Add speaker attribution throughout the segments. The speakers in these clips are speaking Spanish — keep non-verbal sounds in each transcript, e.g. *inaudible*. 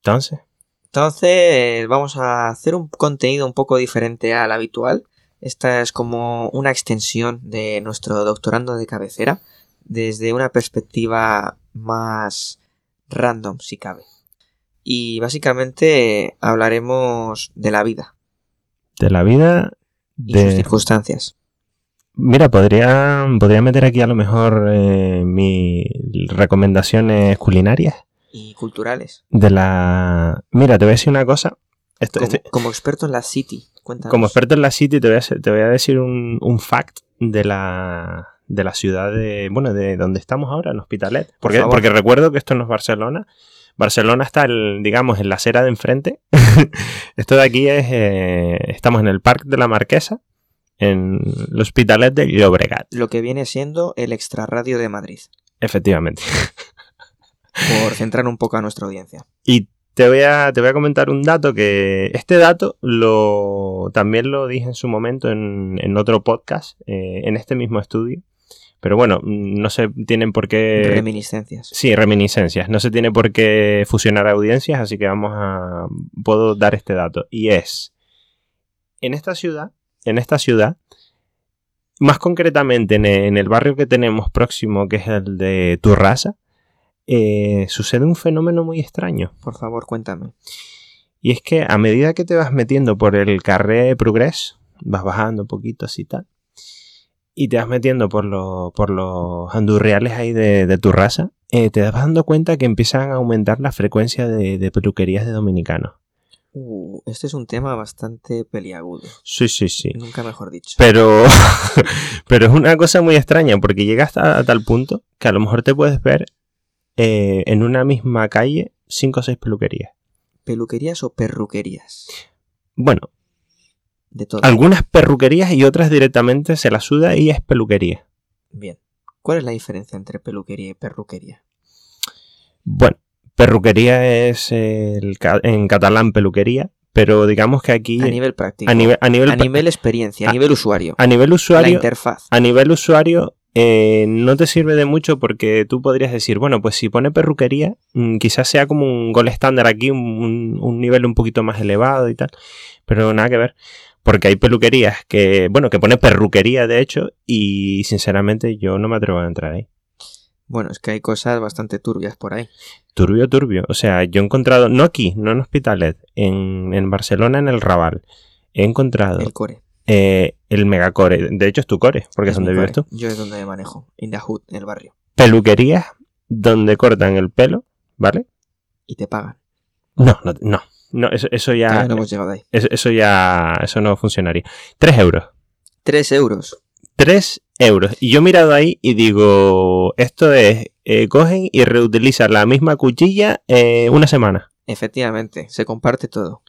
Speaker 1: Entonces,
Speaker 2: Entonces vamos a hacer un contenido un poco diferente al habitual. Esta es como una extensión de nuestro doctorando de cabecera desde una perspectiva más random si cabe. Y básicamente hablaremos de la vida
Speaker 1: de la vida
Speaker 2: y
Speaker 1: de...
Speaker 2: sus circunstancias.
Speaker 1: Mira, podría, podría meter aquí a lo mejor eh, mis recomendaciones culinarias
Speaker 2: y culturales.
Speaker 1: de la... Mira, te voy a decir una cosa. Esto-
Speaker 2: Como,
Speaker 1: este-
Speaker 2: como experto en la City, cuéntanos.
Speaker 1: como experto en la City te voy a, hacer- te voy a decir un, un fact de la, de la ciudad de... Bueno, de donde estamos ahora, en Hospitalet. Porque,
Speaker 2: favor.
Speaker 1: porque recuerdo que esto no es Barcelona. Barcelona está, el, digamos, en la acera de enfrente. *laughs* esto de aquí es... eh, estamos en el Parque de la Marquesa, en el Hospitalet de Llobregat,
Speaker 2: Lo que viene siendo el extrarradio de Madrid,
Speaker 1: efectivamente.
Speaker 2: por centrar un poco a nuestra audiencia.
Speaker 1: Y te voy a, te voy a comentar un dato que este dato lo, también lo dije en su momento en, en otro podcast, eh, en este mismo estudio. Pero bueno, mm, no se tienen por qué...
Speaker 2: Reminiscencias.
Speaker 1: Sí, reminiscencias. No se tiene por qué fusionar audiencias, así que vamos a... Puedo dar este dato. Y es... En esta ciudad, en esta ciudad, más concretamente en e- en el barrio que tenemos próximo, que es el de Turrasa, eh, sucede un fenómeno muy extraño.
Speaker 2: Por favor, cuéntame.
Speaker 1: Y es que a medida que te vas metiendo por el carré Progress, vas bajando un poquito así tal, y te vas metiendo por, lo- por los andurriales ahí de, de tu raza, eh, te vas dando cuenta que empiezan a aumentar la frecuencia de, de peluquerías de dominicanos.
Speaker 2: Uh, este es un tema bastante peliagudo.
Speaker 1: Sí, sí, sí.
Speaker 2: Nunca mejor dicho.
Speaker 1: Pero, *laughs* pero es una cosa muy extraña porque llegas a, a tal punto que a lo mejor te puedes ver eh, en una misma calle cinco o seis peluquerías.
Speaker 2: ¿Peluquerías o perruquerías?
Speaker 1: Bueno,
Speaker 2: De todo.
Speaker 1: algunas perruquerías y otras directamente se la suda y es peluquería.
Speaker 2: Bien. ¿Cuál es la diferencia entre peluquería y perruquería?
Speaker 1: Bueno, perruquería es el ca- en catalán peluquería, pero digamos que aquí
Speaker 2: A nivel práctico.
Speaker 1: a nivel a nivel
Speaker 2: a nivel experiencia, a,
Speaker 1: a-
Speaker 2: nivel usuario.
Speaker 1: a nivel
Speaker 2: la
Speaker 1: usuario
Speaker 2: interfaz.
Speaker 1: a nivel usuario eh, no te sirve de mucho porque tú podrías decir bueno pues si pone perruquería mm, quizás sea como un gol estándar aquí un, un- un nivel un poquito más elevado y tal, pero nada que ver. Porque hay peluquerías que, bueno, que pone perruquería de hecho, y sinceramente yo no me atrevo a entrar ahí.
Speaker 2: Bueno, es que hay cosas bastante turbias por ahí.
Speaker 1: Turbio, turbio. O sea, yo he encontrado, no aquí, no en Hospitalet, en, en Barcelona, en el Raval, he encontrado
Speaker 2: El core.
Speaker 1: eh, el megacore. De hecho, es tu core, porque
Speaker 2: Es
Speaker 1: es donde
Speaker 2: mi
Speaker 1: vives
Speaker 2: core.
Speaker 1: tú.
Speaker 2: Yo es donde me manejo. In the hood, en el barrio.
Speaker 1: Peluquerías donde cortan el pelo, ¿vale?
Speaker 2: Y te pagan.
Speaker 1: No, no, no. No, eso, eso ya.
Speaker 2: Todavía Ah, no pues. hemos llegado ahí.
Speaker 1: eso, eso ya. Eso no funcionaría. Tres euros.
Speaker 2: Tres euros.
Speaker 1: Tres euros. Y yo he mirado ahí y digo, esto es, eh, cogen y reutilizan la misma cuchilla eh, una semana.
Speaker 2: Efectivamente, se comparte todo.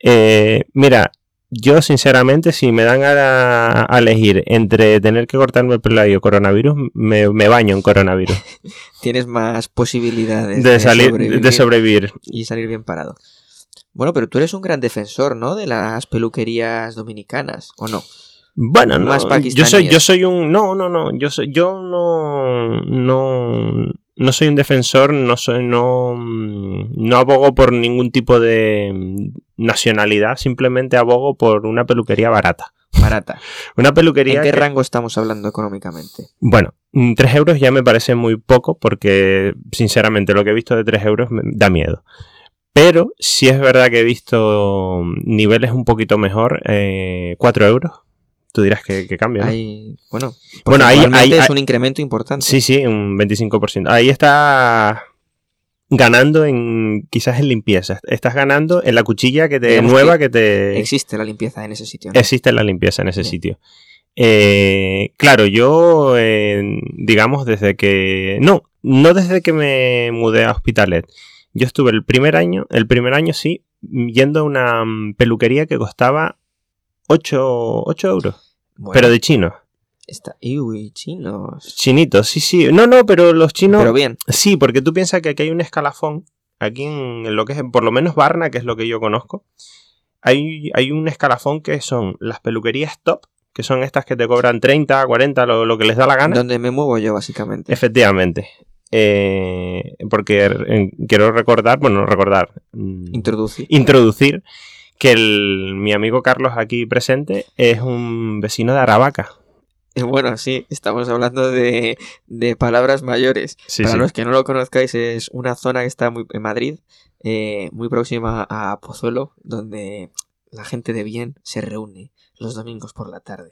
Speaker 1: Eh, mira, yo sinceramente, si me dan a, a elegir entre tener que cortarme el pelo y el coronavirus, me, me baño en coronavirus.
Speaker 2: Tienes más posibilidades
Speaker 1: De salir,
Speaker 2: sobrevivir
Speaker 1: de sobrevivir.
Speaker 2: y salir bien parado. Bueno, pero tú eres un gran defensor, ¿no? De las peluquerías dominicanas, ¿o no?
Speaker 1: Bueno, no,
Speaker 2: Más
Speaker 1: yo soy,
Speaker 2: pakistaníes.
Speaker 1: yo soy un, no, no, no, yo soy, yo no, no, no soy un defensor, no soy, no, mm, no abogo por ningún tipo de mm, nacionalidad, simplemente abogo por una peluquería barata. *laughs*
Speaker 2: Barata.
Speaker 1: Una peluquería
Speaker 2: ¿En qué
Speaker 1: que-
Speaker 2: rango estamos hablando económicamente?
Speaker 1: Bueno, 3 euros ya me parece muy poco porque, sinceramente, lo que he visto de 3 euros me da miedo. Pero sí es verdad que he visto mm, niveles un poquito mejor, 4 euros. Tú dirás que, que cambia. ¿no?
Speaker 2: Hay, bueno,
Speaker 1: Bueno, ahí-
Speaker 2: porcentualmente
Speaker 1: ahí-
Speaker 2: es un incremento importante.
Speaker 1: Sí, sí, un 25%. Ahí está ganando en quizás en limpieza. Estás ganando en la cuchilla que te
Speaker 2: Digamos
Speaker 1: nueva que, te
Speaker 2: Existe la limpieza en ese sitio. ¿no?
Speaker 1: existe la limpieza en ese
Speaker 2: Bien.
Speaker 1: sitio. Eh, claro, yo, eh, digamos, desde que... No, no desde que me mudé a Hospitalet. Yo estuve el primer año, el primer año sí, yendo a una mm, peluquería que costaba 8, euros.
Speaker 2: Bueno,
Speaker 1: Pero de chino.
Speaker 2: está... Uy, chinos.
Speaker 1: Chinitos, sí, sí. No, no, pero los chinos...
Speaker 2: Pero bien,
Speaker 1: Sí, porque tú piensas que aquí hay un escalafón, aquí en lo que es, por lo menos Varna, que es lo que yo conozco, hay, hay un escalafón que son las peluquerías top, que son estas que te cobran 30, 40, lo, lo que les da la gana.
Speaker 2: donde me muevo yo básicamente.
Speaker 1: Efectivamente. eh, porque eh, quiero recordar, bueno, recordar, mm,
Speaker 2: Introducir.
Speaker 1: introducir que el- mi amigo Carlos aquí presente es un vecino de Aravaca.
Speaker 2: Eh, *laughs* Bueno, sí, estamos hablando de, de palabras mayores.
Speaker 1: Sí,
Speaker 2: Para
Speaker 1: sí.
Speaker 2: los que no lo conozcáis, es una zona que está muy, en Madrid, eh, muy próxima a Pozuelo, donde la gente de bien se reúne los domingos por la tarde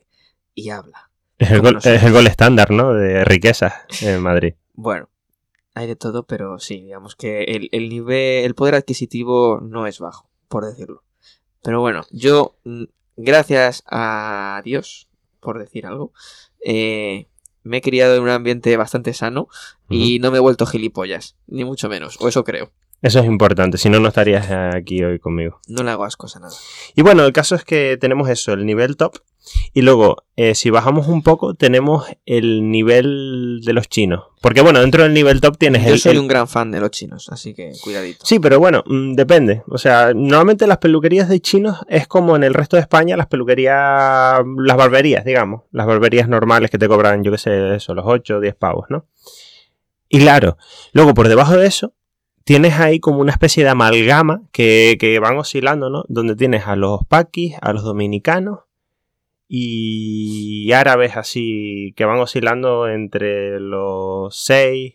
Speaker 2: y habla.
Speaker 1: Es el,
Speaker 2: como
Speaker 1: gol,
Speaker 2: nosotros.
Speaker 1: es el gol estándar, ¿no? De riquezas en Madrid.
Speaker 2: Bueno, hay de todo, pero sí, digamos que el, el nivel, el poder adquisitivo no es bajo, por decirlo. Pero bueno, yo, mm, gracias a Dios, por decir algo, eh, me he criado en un ambiente bastante sano y no me he vuelto gilipollas, ni mucho menos, o eso creo.
Speaker 1: Eso es importante, si no, no estarías aquí hoy conmigo.
Speaker 2: No le hago ascos a nada.
Speaker 1: Y bueno, el caso es que tenemos eso, el nivel top. Y luego, eh, si bajamos un poco, tenemos el nivel de los chinos. Porque bueno, dentro del nivel top tienes
Speaker 2: Yo
Speaker 1: el-
Speaker 2: soy
Speaker 1: el,
Speaker 2: un gran fan de los chinos, así que cuidadito.
Speaker 1: Sí, pero bueno, mm, depende. O sea, normalmente las peluquerías de chinos es como en el resto de España las peluquerías, las barberías, digamos. Las barberías normales que te cobran, yo qué sé, eso, los 8 o 10 pavos, ¿no? Y claro, luego por debajo de eso tienes ahí como una especie de amalgama que, que van oscilando, ¿no? Donde tienes a los paquis, a los dominicanos y árabes así que van oscilando entre los 6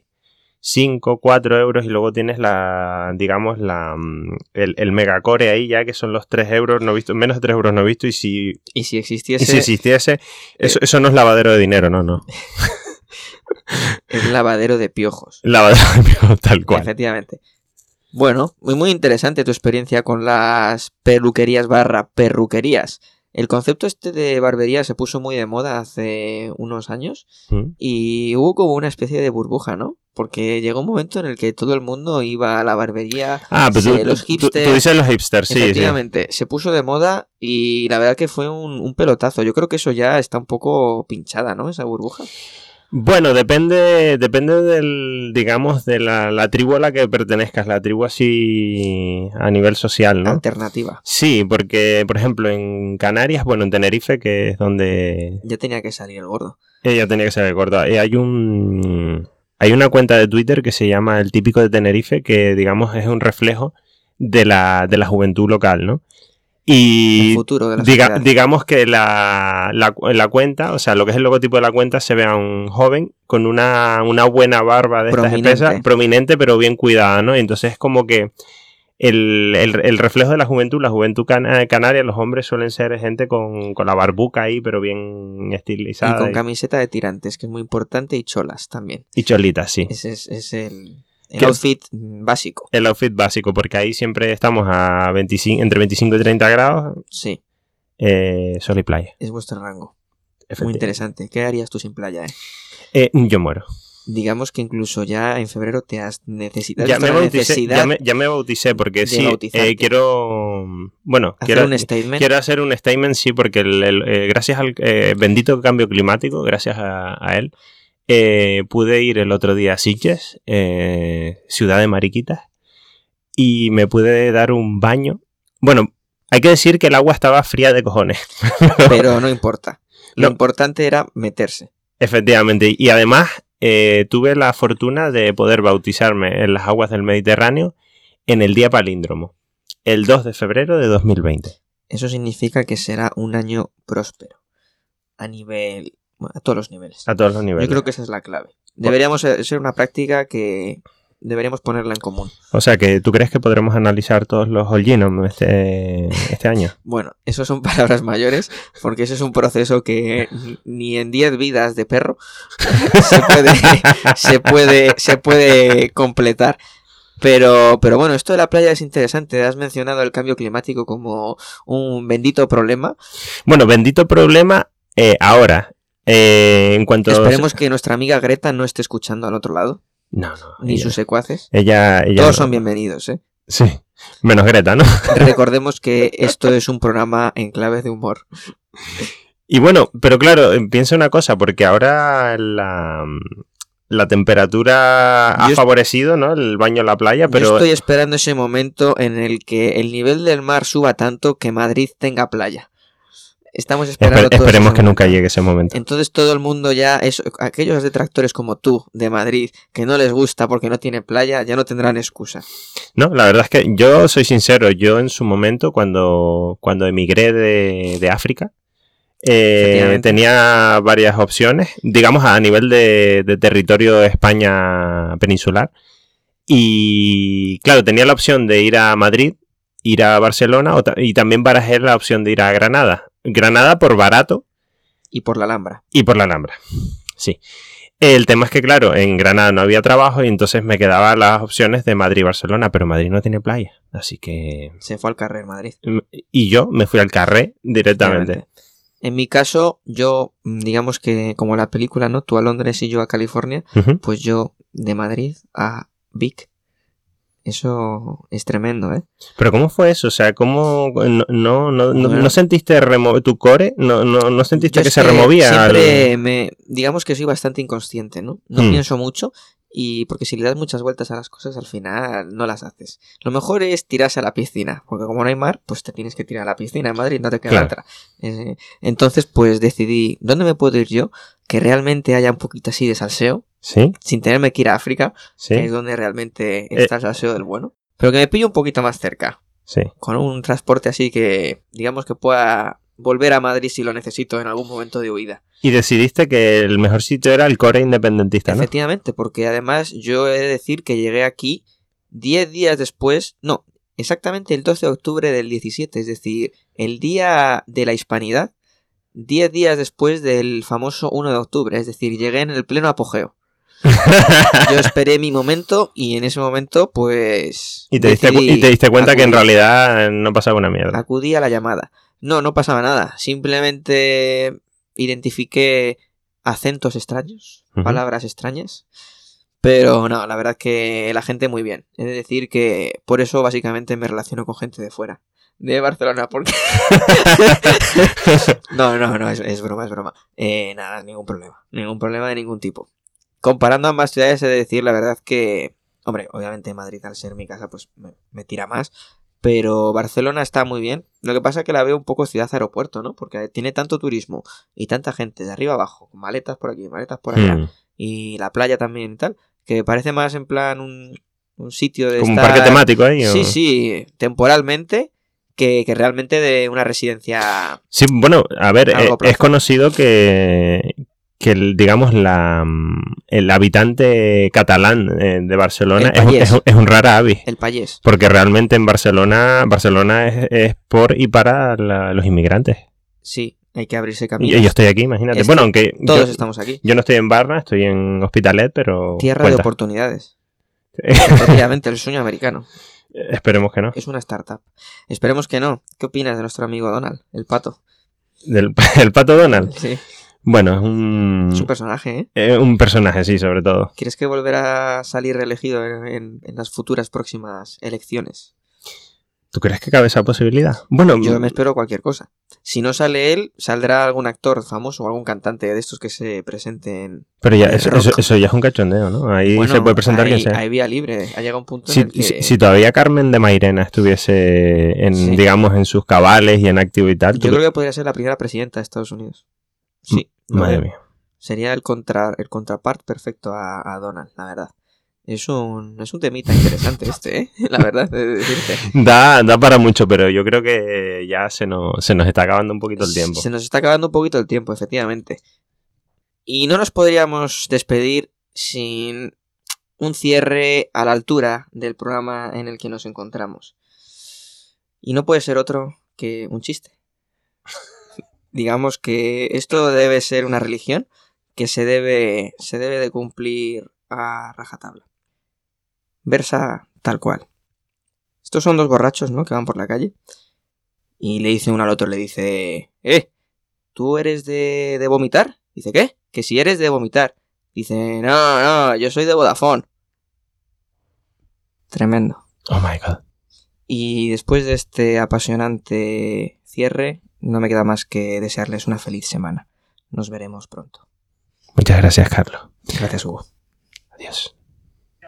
Speaker 1: 5, 4 euros y luego tienes la, digamos, la, mm, el, el megacore ahí ya que son los 3 euros, no visto, menos de 3 euros no visto y si,
Speaker 2: Y si
Speaker 1: y
Speaker 2: existiese
Speaker 1: si
Speaker 2: eh,
Speaker 1: existiese, eso, eso no es lavadero de dinero, no, no. *laughs*
Speaker 2: el lavadero de piojos.
Speaker 1: Lavadero de dinero tal cual.
Speaker 2: Efectivamente. Bueno, muy muy interesante tu experiencia con las peluquerías barra perruquerías. El concepto este de barbería se puso muy de moda hace unos años
Speaker 1: Mm.
Speaker 2: y hubo como una especie de burbuja, ¿no? Porque llegó un momento en el que todo el mundo iba a la barbería.
Speaker 1: Ah, pero
Speaker 2: Sí,
Speaker 1: tú,
Speaker 2: los
Speaker 1: tú-
Speaker 2: hipsters-
Speaker 1: tú dices los hipsters, sí, sí.
Speaker 2: Efectivamente, se puso de moda y la verdad que fue un, un pelotazo. Yo creo que eso ya está un poco pinchada, ¿no? Esa burbuja.
Speaker 1: Bueno, depende, depende del, digamos, de la, la tribu a la que pertenezcas, la tribu así a nivel social, ¿no?
Speaker 2: Alternativa.
Speaker 1: Sí, porque, por ejemplo, en Canarias, bueno, en Tenerife, que es donde
Speaker 2: Ya tenía que salir el gordo.
Speaker 1: Ella tenía que ser corta. Eh, hay un. Hay una cuenta de Twitter que se llama El Típico de Tenerife, que digamos es un reflejo de la, de la juventud local, ¿no?
Speaker 2: El
Speaker 1: Y
Speaker 2: futuro de la
Speaker 1: diga-
Speaker 2: sociedad.
Speaker 1: digamos que la, la, la cuenta, o sea, lo que es el logotipo de la cuenta, se ve a un joven con una, una buena barba de estas
Speaker 2: Prominente.
Speaker 1: espesas, prominente, pero bien cuidada, ¿no? Y entonces es como que el, el- el reflejo de la juventud, la juventud cana- canaria, los hombres suelen ser gente con, con la barbuca ahí, pero bien
Speaker 2: Y
Speaker 1: estilizada.
Speaker 2: con
Speaker 1: y-
Speaker 2: camiseta de tirantes, que es muy importante, y cholas también.
Speaker 1: y cholitas, sí.
Speaker 2: Ese es, es el, el
Speaker 1: Que-
Speaker 2: outfit básico.
Speaker 1: El outfit básico, porque ahí siempre estamos a 25, entre 25 y 30 grados,
Speaker 2: Sí,
Speaker 1: eh, sol y playa.
Speaker 2: es vuestro rango. Muy
Speaker 1: Efectivamente.
Speaker 2: interesante. ¿Qué harías tú sin playa, eh?
Speaker 1: Eh, yo muero.
Speaker 2: Digamos que incluso ya en febrero te has necesitado
Speaker 1: Ya me,
Speaker 2: la
Speaker 1: bauticé,
Speaker 2: necesidad
Speaker 1: ya, me, ya me bauticé, porque
Speaker 2: de
Speaker 1: sí,
Speaker 2: bautizarte.
Speaker 1: eh, quiero... Bueno,
Speaker 2: hacer
Speaker 1: quiero,
Speaker 2: un statement.
Speaker 1: quiero hacer un statement, sí, porque el- el, eh, gracias al eh, bendito cambio climático, gracias a, a él, eh, pude ir el otro día a Sitges, eh, ciudad de Mariquitas, y me pude dar un baño. Bueno, hay que decir que el agua estaba fría de cojones.
Speaker 2: Pero
Speaker 1: *laughs*
Speaker 2: no importa. Lo
Speaker 1: No.
Speaker 2: importante era meterse.
Speaker 1: Efectivamente, y además eh, tuve la fortuna de poder bautizarme en las aguas del Mediterráneo en el día palíndromo, el 2 de febrero de 2020.
Speaker 2: Eso significa que será un año próspero. A nivel. bueno, a todos los niveles.
Speaker 1: A todos los
Speaker 2: Yo
Speaker 1: niveles.
Speaker 2: creo que esa es la clave. Deberíamos eh, ser una práctica que deberíamos ponerla en común.
Speaker 1: O sea que tú crees que podremos analizar todos los All Genome este, este año.
Speaker 2: Bueno, eso son *laughs* palabras mayores, porque eso es un proceso que ni en 10 vidas de perro *laughs* se puede, se puede, se puede completar. Pero, pero bueno, esto de la playa es interesante. Has mencionado el cambio climático como un bendito problema.
Speaker 1: Bueno, bendito problema eh, ahora. Eh, en cuanto.
Speaker 2: Esperemos que nuestra amiga Greta no esté escuchando al otro lado,
Speaker 1: No, no.
Speaker 2: ni
Speaker 1: ella-
Speaker 2: sus secuaces.
Speaker 1: Ella, ella
Speaker 2: Todos
Speaker 1: no.
Speaker 2: son bienvenidos,
Speaker 1: *laughs*
Speaker 2: ¿eh?
Speaker 1: Sí. Menos Greta, ¿no?
Speaker 2: Recordemos que esto es un programa en clave de humor.
Speaker 1: Y bueno, pero claro, eh, piensa una cosa, porque ahora la, mm, la temperatura ha
Speaker 2: Yo es-
Speaker 1: favorecido, ¿no? El baño en la playa,
Speaker 2: Yo
Speaker 1: pero
Speaker 2: estoy esperando ese momento en el que el nivel del mar suba tanto que Madrid tenga playa. Estamos esperando.
Speaker 1: Esper-
Speaker 2: todos
Speaker 1: esperemos
Speaker 2: ese
Speaker 1: que
Speaker 2: momento.
Speaker 1: nunca llegue ese momento.
Speaker 2: Entonces todo el mundo ya, es, aquellos detractores como tú de Madrid, que no les gusta porque no tiene playa, ya no tendrán excusa.
Speaker 1: No, la verdad es que yo soy sincero, yo en su momento, cuando, cuando emigré de, de África, eh,
Speaker 2: Efectivamente.
Speaker 1: tenía varias opciones, digamos a nivel de, de territorio de España peninsular. Y claro, tenía la opción de ir a Madrid, ir a Barcelona o ta- y también barajé la opción de ir a Granada. Granada por barato,
Speaker 2: Y por la Alhambra.
Speaker 1: y por la Alhambra. Sí. El tema es que, claro, en Granada no había trabajo y entonces me quedaban las opciones de Madrid y Barcelona, pero Madrid no tiene playa. Así que.
Speaker 2: Se fue al carrer Madrid.
Speaker 1: Y yo me fui al carré directamente.
Speaker 2: Obviamente. En mi caso, yo, mm, digamos que como la película, ¿no? Tú a Londres y yo a California,
Speaker 1: Ujú.
Speaker 2: pues yo de Madrid a Vic. Eso es tremendo, ¿eh?
Speaker 1: Pero ¿cómo fue eso? O sea, ¿cómo no, no, no, no-
Speaker 2: Bueno.
Speaker 1: no sentiste remo- tu core? ¿No, no, no sentiste
Speaker 2: Yo
Speaker 1: que
Speaker 2: es
Speaker 1: se removía?
Speaker 2: Siempre
Speaker 1: al-
Speaker 2: me, digamos que soy bastante inconsciente, ¿no? No
Speaker 1: Mm.
Speaker 2: pienso mucho y porque si le das muchas vueltas a las cosas al final no las haces. Lo mejor es tirarse a la piscina, porque como no hay mar, pues te tienes que tirar a la piscina en Madrid, no te queda
Speaker 1: Claro.
Speaker 2: otra. Eh, entonces pues decidí, ¿dónde me puedo ir yo? Que realmente haya un poquito así de salseo,
Speaker 1: Sí,
Speaker 2: sin tenerme que ir a África,
Speaker 1: sí,
Speaker 2: que es donde realmente
Speaker 1: Eh.
Speaker 2: está el salseo del bueno. Pero que me pillo un poquito más cerca
Speaker 1: sí.
Speaker 2: con un transporte así que digamos que pueda volver a Madrid si lo necesito en algún momento de huida.
Speaker 1: Y decidiste que el mejor sitio era el core independentista, ¿no?
Speaker 2: Efectivamente, porque además yo he de decir que llegué aquí 10 días después, no, exactamente el 12 de octubre del 17, es decir, el día de la hispanidad, 10 días después del famoso 1 de octubre, es decir, llegué en el pleno
Speaker 1: *laughs*
Speaker 2: apogeo. Yo esperé mi momento y en ese momento pues...
Speaker 1: Y te diste, cu-
Speaker 2: decidí
Speaker 1: y te diste cuenta que en
Speaker 2: acudir.
Speaker 1: realidad no pasaba una mierda.
Speaker 2: Acudí a la llamada. No, no pasaba nada. Simplemente identifiqué acentos extraños,
Speaker 1: Ujú.
Speaker 2: palabras extrañas. Pero no, la verdad que la gente muy bien. Es decir, que por eso básicamente me relaciono con gente de fuera. De
Speaker 1: *laughs*
Speaker 2: Barcelona, porque... *laughs* no, no, no, es, es broma, es broma. Eh, nada, ningún problema. Ningún problema de ningún tipo. Comparando ambas ciudades, he de decir la verdad que... Hombre, obviamente Madrid al ser mi casa, pues me- me tira más. Pero Barcelona está muy bien. Lo que pasa es que la veo un poco ciudad aeropuerto, ¿no? Porque tiene tanto turismo y tanta gente de arriba abajo, con maletas por aquí, maletas por allá,
Speaker 1: Mm.
Speaker 2: y la playa también y tal, que parece más en plan un, un sitio de.
Speaker 1: Como un
Speaker 2: estar-
Speaker 1: parque temático ahí. o-
Speaker 2: Sí, sí, temporalmente, que, que realmente de una residencia.
Speaker 1: Sí, bueno, a ver,
Speaker 2: Largo
Speaker 1: eh,
Speaker 2: plazo.
Speaker 1: es conocido que, que el- digamos, la, mm, el habitante catalán eh, de Barcelona
Speaker 2: El
Speaker 1: es, un-
Speaker 2: payés.
Speaker 1: es un- es un rara avis.
Speaker 2: El Payés.
Speaker 1: Porque realmente en Barcelona, Barcelona es, es por y para la- los inmigrantes.
Speaker 2: Sí, hay que abrirse
Speaker 1: Y
Speaker 2: camino.
Speaker 1: Yo, estoy aquí, imagínate.
Speaker 2: Este-
Speaker 1: bueno, aunque
Speaker 2: Ah, Todos
Speaker 1: yo,
Speaker 2: estamos aquí.
Speaker 1: yo no estoy en Barna, estoy en Hospitalet, pero
Speaker 2: Tierra de
Speaker 1: cuenta. *laughs*
Speaker 2: oportunidades. Efectivamente, el sueño americano.
Speaker 1: esperemos que no.
Speaker 2: Es una startup. Esperemos que no. ¿Qué opinas de nuestro amigo Donald, el pato?
Speaker 1: Del- *laughs* el pato Donald.
Speaker 2: Sí.
Speaker 1: Bueno, es un,
Speaker 2: Su personaje, ¿eh?
Speaker 1: eh, un personaje, sí, sobre todo.
Speaker 2: ¿Quieres que volverá a salir reelegido en, en- en las futuras próximas elecciones?
Speaker 1: ¿Tú crees que cabe esa posibilidad? Bueno,
Speaker 2: Yo me espero cualquier cosa. Si no sale él, saldrá algún actor famoso o algún cantante de estos que se presenten.
Speaker 1: pero ya,
Speaker 2: el
Speaker 1: eso,
Speaker 2: Eh, rock.
Speaker 1: eso- eso ya es un cachondeo, ¿no? Ahí
Speaker 2: Bueno,
Speaker 1: se puede presentar
Speaker 2: hay,
Speaker 1: quien sea.
Speaker 2: hay vía libre. Ha llegado un punto
Speaker 1: si,
Speaker 2: en el que...
Speaker 1: si- si todavía Carmen de Mairena estuviese, en,
Speaker 2: Sí.
Speaker 1: digamos, en sus cabales y en activo y tal, tú-
Speaker 2: Yo creo que podría ser la primera presidenta de Estados Unidos. Sí. lo
Speaker 1: Mm. madre
Speaker 2: veo.
Speaker 1: mía.
Speaker 2: Sería el, contra, el contrapart perfecto a, a Donald, la verdad. Es un, es un temita interesante este, ¿eh? *laughs* La verdad, he de decirte.
Speaker 1: Da, da para mucho, pero yo creo que ya se nos, se nos está acabando un poquito el tiempo.
Speaker 2: Se nos está acabando un poquito el tiempo, efectivamente. Y no nos podríamos despedir sin un cierre a la altura del programa en el que nos encontramos. Y no puede ser otro que
Speaker 1: *laughs*
Speaker 2: un chiste. Digamos que esto debe ser una religión que se debe, se debe de cumplir a rajatabla. Versa tal cual. Estos son dos borrachos, ¿no? Que van por la calle. Y le dice uno al otro, le dice, eh, ¿tú eres de, de vomitar? Dice, ¿qué? Que si eres de vomitar. Dice, no, no, yo soy de Vodafone. Tremendo.
Speaker 1: Oh my god.
Speaker 2: Y después de este apasionante cierre, no me queda más que desearles una feliz semana. Nos veremos pronto.
Speaker 1: Muchas gracias, Carlos.
Speaker 2: Gracias, Hugo.
Speaker 1: Adiós.